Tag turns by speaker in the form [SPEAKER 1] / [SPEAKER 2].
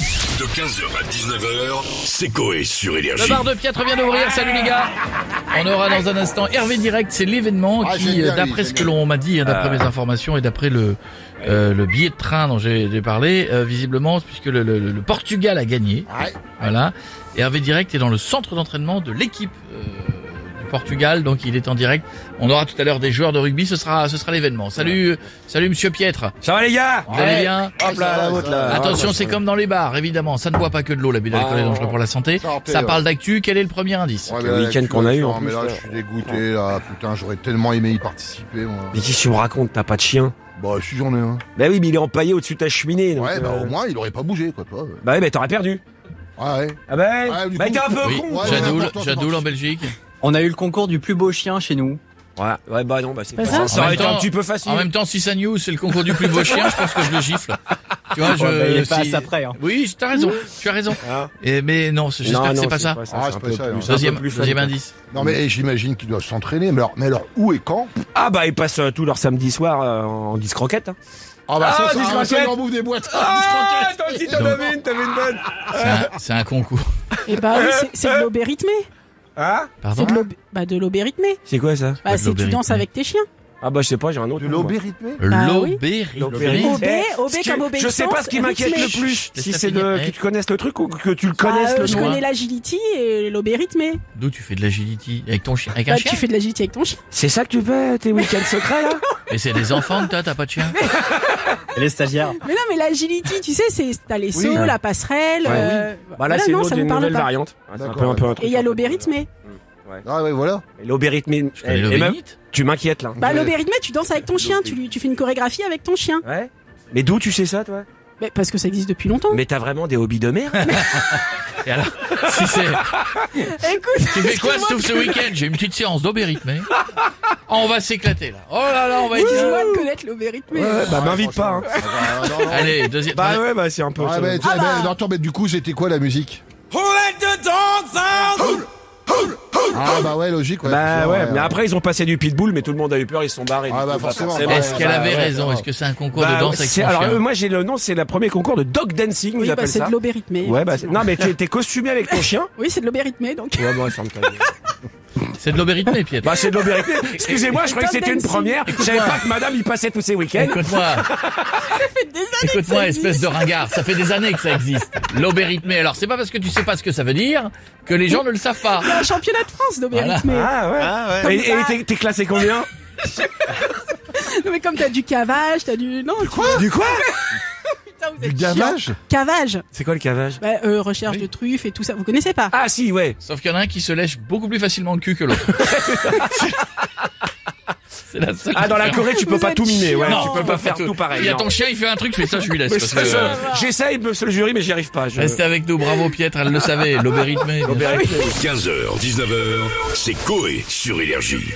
[SPEAKER 1] De 15h à 19h, c'est Coé sur
[SPEAKER 2] Le
[SPEAKER 1] Énergie.
[SPEAKER 2] bar de Piètre vient d'ouvrir, salut les gars On aura dans un instant Hervé Direct, c'est l'événement
[SPEAKER 3] Ah,
[SPEAKER 2] qui,
[SPEAKER 3] j'aime bien
[SPEAKER 2] euh,
[SPEAKER 3] lui,
[SPEAKER 2] d'après
[SPEAKER 3] j'aime
[SPEAKER 2] ce que
[SPEAKER 3] bien.
[SPEAKER 2] l'on m'a dit, hein, d'après
[SPEAKER 3] Ah.
[SPEAKER 2] mes informations et d'après le, euh, le billet de train dont j'ai j'ai parlé, euh, visiblement, puisque le, le- le Portugal a gagné,
[SPEAKER 3] Ouais.
[SPEAKER 2] voilà, et Hervé Direct est dans le centre d'entraînement de l'équipe euh, du Portugal, donc il est en direct. On aura tout à l'heure des joueurs de rugby, ce sera, ce sera l'événement. Salut, euh, salut Monsieur Piètre,
[SPEAKER 4] Ça va les gars
[SPEAKER 2] vous allez bien
[SPEAKER 3] Hop là, la
[SPEAKER 4] vôtre, là. Ah,
[SPEAKER 2] Attention, c'est comme dans les bars, évidemment. Ça ne boit pas que de l'eau, l'abus d'alcool est dangereux pour la santé.
[SPEAKER 3] Ça en paie,
[SPEAKER 2] Ça
[SPEAKER 3] Ah. ouais.
[SPEAKER 2] parle d'actu. Quel est le premier indice
[SPEAKER 3] Ouais,
[SPEAKER 4] Le
[SPEAKER 3] mais là,
[SPEAKER 4] week-end
[SPEAKER 3] tu
[SPEAKER 4] qu'on
[SPEAKER 3] vois,
[SPEAKER 4] a eu,
[SPEAKER 3] tu
[SPEAKER 4] en
[SPEAKER 3] vois,
[SPEAKER 4] plus,
[SPEAKER 3] Mais là,
[SPEAKER 4] là.
[SPEAKER 3] je suis dégoûté, là. Putain, j'aurais tellement aimé y participer, moi.
[SPEAKER 4] Mais qu'est-ce que tu me racontes T'as pas de chien
[SPEAKER 3] Bah, si j'en ai un.
[SPEAKER 4] Bah oui, mais il est empaillé au-dessus de ta cheminée. donc,
[SPEAKER 3] Ouais, bah,
[SPEAKER 4] euh,
[SPEAKER 3] au moins, il aurait pas bougé, quoi, toi. ouais.
[SPEAKER 4] Bah oui, bah t'aurais perdu.
[SPEAKER 3] Ouais, ouais.
[SPEAKER 4] Ah bah,
[SPEAKER 3] Ouais, du
[SPEAKER 4] bah
[SPEAKER 3] coup-
[SPEAKER 4] t'es un peu
[SPEAKER 2] Oui,
[SPEAKER 4] con.
[SPEAKER 3] ouais,
[SPEAKER 2] Jadoul,
[SPEAKER 3] ouais, ouais,
[SPEAKER 2] Jadoul
[SPEAKER 3] ouais.
[SPEAKER 2] en Belgique.
[SPEAKER 5] On a eu le concours du plus beau chien chez nous.
[SPEAKER 4] Ouais, ouais, bah non, bah c'est
[SPEAKER 6] Pas
[SPEAKER 4] pas
[SPEAKER 6] ça
[SPEAKER 4] ça. Ça
[SPEAKER 2] En
[SPEAKER 4] aurait
[SPEAKER 2] même
[SPEAKER 4] été un
[SPEAKER 2] temps-
[SPEAKER 4] petit peu facile.
[SPEAKER 2] En même temps, si ça news, c'est le concours du plus beau chien, je pense que je le gifle. Tu
[SPEAKER 4] Oh,
[SPEAKER 2] vois, Ah, je.
[SPEAKER 5] Ouais, bah, il est pas
[SPEAKER 2] si-
[SPEAKER 5] à ça près, hein.
[SPEAKER 2] Oui, t'as raison. Tu as raison.
[SPEAKER 4] Hein
[SPEAKER 2] Et, mais non, c'est- j'espère
[SPEAKER 4] Non,
[SPEAKER 2] que
[SPEAKER 4] non,
[SPEAKER 2] c'est pas ça.
[SPEAKER 3] Ah,
[SPEAKER 4] c'est
[SPEAKER 3] c'est
[SPEAKER 4] un
[SPEAKER 3] pas
[SPEAKER 4] peu
[SPEAKER 3] ça,
[SPEAKER 4] plus-
[SPEAKER 3] non.
[SPEAKER 4] c'est un peu
[SPEAKER 2] Deuxième,
[SPEAKER 4] plus fun,
[SPEAKER 2] deuxième
[SPEAKER 4] quoi.
[SPEAKER 2] indice.
[SPEAKER 4] Mm.
[SPEAKER 3] Non, mais eh, j'imagine qu'ils doivent s'entraîner. Mais alors, mais alors, où et quand
[SPEAKER 4] Ah bah ils passent euh, tout leur samedi soir euh, en discroquette. Hein.
[SPEAKER 3] Ah, bah,
[SPEAKER 4] Ah,
[SPEAKER 3] ça, c'est
[SPEAKER 4] discroquette.
[SPEAKER 3] ah, ça, il en bouffe des boîtes.
[SPEAKER 4] Ah, toi aussi t'en
[SPEAKER 2] Donc-
[SPEAKER 4] avais une, t'avais une bonne.
[SPEAKER 2] C'est un, c'est un concours.
[SPEAKER 6] Et bah oui, c'est- c'est
[SPEAKER 4] Euh,
[SPEAKER 6] de l'obé rythmé.
[SPEAKER 4] Hein
[SPEAKER 2] Pardon
[SPEAKER 6] C'est de l'obé bah, de l'obé rythmé.
[SPEAKER 4] C'est quoi ça
[SPEAKER 2] de
[SPEAKER 6] Bah, c'est
[SPEAKER 2] l'obé
[SPEAKER 6] tu danses
[SPEAKER 2] rythmé.
[SPEAKER 6] avec tes chiens.
[SPEAKER 4] Ah bah je sais pas, j'ai un autre.
[SPEAKER 3] De
[SPEAKER 4] nom, moi.
[SPEAKER 3] l'obé rythmé
[SPEAKER 6] Bah oui.
[SPEAKER 2] L'obéri.
[SPEAKER 4] L'obéri.
[SPEAKER 6] Obé,
[SPEAKER 4] Eh,
[SPEAKER 6] obé
[SPEAKER 4] ce que-
[SPEAKER 6] comme
[SPEAKER 4] Je sais pas
[SPEAKER 6] obéissance,
[SPEAKER 4] ce qui m'inquiète
[SPEAKER 6] rythmé.
[SPEAKER 4] le plus.
[SPEAKER 2] Laisse
[SPEAKER 4] Si
[SPEAKER 2] la
[SPEAKER 4] c'est
[SPEAKER 2] finir,
[SPEAKER 4] de
[SPEAKER 2] eh.
[SPEAKER 4] que tu connaisses le truc ou que tu le
[SPEAKER 6] Bah,
[SPEAKER 4] connaisses
[SPEAKER 6] euh,
[SPEAKER 4] le
[SPEAKER 6] je
[SPEAKER 2] nom.
[SPEAKER 6] connais l'agility et l'obé rythmé.
[SPEAKER 2] D'où tu fais de l'agility avec ton chien, avec un
[SPEAKER 6] Bah,
[SPEAKER 2] chien
[SPEAKER 6] tu fais de l'agility avec ton chien.
[SPEAKER 4] C'est ça que tu fais tes week-ends secrets là
[SPEAKER 2] Mais c'est des enfants que t'as, t'as pas de chien.
[SPEAKER 5] Les stagiaires.
[SPEAKER 6] Mais non, mais l'agility, tu sais, c'est t'as les
[SPEAKER 4] Oui.
[SPEAKER 6] sauts, la passerelle.
[SPEAKER 4] Ouais,
[SPEAKER 6] euh,
[SPEAKER 4] Bah là
[SPEAKER 6] voilà,
[SPEAKER 4] c'est une
[SPEAKER 6] non, ça
[SPEAKER 4] autre-
[SPEAKER 6] me
[SPEAKER 4] une
[SPEAKER 6] parle
[SPEAKER 4] nouvelle
[SPEAKER 6] pas.
[SPEAKER 4] variante. Ah, C'est un peu
[SPEAKER 3] D'accord,
[SPEAKER 4] un peu un truc.
[SPEAKER 6] Et il y
[SPEAKER 4] un
[SPEAKER 6] a
[SPEAKER 4] peu
[SPEAKER 6] l'obé
[SPEAKER 4] de-
[SPEAKER 6] rythmé.
[SPEAKER 3] Ah, ouais, voilà.
[SPEAKER 4] L'obé rythmé.
[SPEAKER 2] Je connais
[SPEAKER 4] Et
[SPEAKER 2] l'obéri.
[SPEAKER 4] même, tu m'inquiètes là.
[SPEAKER 6] Bah,
[SPEAKER 3] Ouais.
[SPEAKER 6] l'obé rythmé, tu danses avec ton chien. Tu, lui- tu fais une chorégraphie avec ton chien.
[SPEAKER 4] Ouais. Mais d'où tu sais ça, toi
[SPEAKER 6] Mais parce que ça existe depuis longtemps.
[SPEAKER 4] Mais t'as vraiment des hobbies de merde
[SPEAKER 2] Et alors, si c'est.
[SPEAKER 6] Eh, Écoute,
[SPEAKER 2] Tu fais quoi,
[SPEAKER 6] excuse-moi,
[SPEAKER 2] sauf ce week-end J'ai une petite séance d'obé rythmé. Oh, on va s'éclater, là. Oh là là, on va être.
[SPEAKER 6] excuse-moi de connaître l'obé rythmé.
[SPEAKER 4] bah m'invite pas. Hein.
[SPEAKER 3] Ah, bah, non, non.
[SPEAKER 2] Allez, deuxième.
[SPEAKER 4] Bah ouais, bah c'est un peu.
[SPEAKER 3] Ah,
[SPEAKER 4] ça.
[SPEAKER 3] bah, tiens, bah, non, attends, mais du coup, c'était quoi la musique Ah, bah, ouais, logique, ouais.
[SPEAKER 4] Bah
[SPEAKER 3] Genre,
[SPEAKER 4] ouais, mais après ils ont passé du pitbull, mais tout le monde a eu peur, ils se sont barrés.
[SPEAKER 3] Ah,
[SPEAKER 4] Du
[SPEAKER 3] bah,
[SPEAKER 4] coup,
[SPEAKER 3] forcément.
[SPEAKER 4] forcément.
[SPEAKER 2] Est-ce
[SPEAKER 3] Ouais,
[SPEAKER 2] qu'elle
[SPEAKER 3] bah,
[SPEAKER 2] avait
[SPEAKER 3] ouais,
[SPEAKER 2] raison
[SPEAKER 3] ouais.
[SPEAKER 2] Est-ce que c'est un concours
[SPEAKER 4] Bah,
[SPEAKER 2] de danse avec
[SPEAKER 4] c'est-
[SPEAKER 2] son
[SPEAKER 4] alors euh,
[SPEAKER 2] chien
[SPEAKER 4] moi j'ai le nom, c'est le premier concours de dog dancing,
[SPEAKER 6] Oui,
[SPEAKER 4] ils
[SPEAKER 6] bah,
[SPEAKER 4] appellent
[SPEAKER 6] c'est
[SPEAKER 4] ça.
[SPEAKER 6] de l'obé rythmé.
[SPEAKER 4] Ouais, bah c'est-
[SPEAKER 6] effectivement.
[SPEAKER 4] non mais t'es t'es costumé avec ton chien
[SPEAKER 6] Oui, c'est de l'obé rythmé, donc.
[SPEAKER 4] Ouais, bah ferme ta gueule.
[SPEAKER 2] C'est de l'obé rythmé, Pierre.
[SPEAKER 4] Bah c'est de l'obé rythmé. Excusez-moi, je croyais que
[SPEAKER 6] Dog
[SPEAKER 4] c'était une
[SPEAKER 6] dancing.
[SPEAKER 4] première. Je savais pas que madame y passait tous ses week-ends.
[SPEAKER 2] Écoute-moi,
[SPEAKER 6] Des années que
[SPEAKER 2] écoute-moi,
[SPEAKER 6] ça
[SPEAKER 2] espèce
[SPEAKER 6] existe.
[SPEAKER 2] de ringard. Ça fait des années que ça existe. L'obé rythmé. Alors, c'est pas parce que tu sais pas ce que ça veut dire que les gens ne le savent pas.
[SPEAKER 6] Il y a un championnat de France d'obé
[SPEAKER 2] Voilà.
[SPEAKER 6] rythmé.
[SPEAKER 4] Ah ouais. Et et t'es- t'es classé combien
[SPEAKER 6] Non, mais comme t'as du cavage, t'as du. Non, quoi
[SPEAKER 4] Du quoi
[SPEAKER 6] Putain, vous
[SPEAKER 3] Du
[SPEAKER 6] êtes chiants.
[SPEAKER 3] gavage
[SPEAKER 6] Cavage
[SPEAKER 4] C'est quoi le cavage
[SPEAKER 6] bah, euh, Recherche
[SPEAKER 2] Oui.
[SPEAKER 6] de truffes et tout ça, vous connaissez pas
[SPEAKER 4] Ah si, ouais.
[SPEAKER 2] Sauf qu'il y en a un qui se lèche beaucoup plus facilement le cul que l'autre. c'est la seule.
[SPEAKER 4] Ah, dans la
[SPEAKER 2] différence.
[SPEAKER 4] Corée, tu peux
[SPEAKER 6] Vous
[SPEAKER 4] pas
[SPEAKER 6] êtes
[SPEAKER 4] tout mimer, ouais.
[SPEAKER 2] Non,
[SPEAKER 4] tu peux pas faire tout pareil.
[SPEAKER 2] Il y a
[SPEAKER 4] non.
[SPEAKER 2] ton chien, il fait un truc, tu fais ça, je lui laisse.
[SPEAKER 4] Mais
[SPEAKER 2] parce
[SPEAKER 4] ça,
[SPEAKER 2] que- euh,
[SPEAKER 4] je- J'essaye, monsieur le jury, mais j'y arrive pas. Je...
[SPEAKER 2] Restez avec nous, bravo Pietre, elle le
[SPEAKER 4] Ah
[SPEAKER 2] savait, l'obé rythmé. bien sûr.
[SPEAKER 4] L'obé rythmé.
[SPEAKER 1] 15h, 19h, c'est Coé sur Énergie.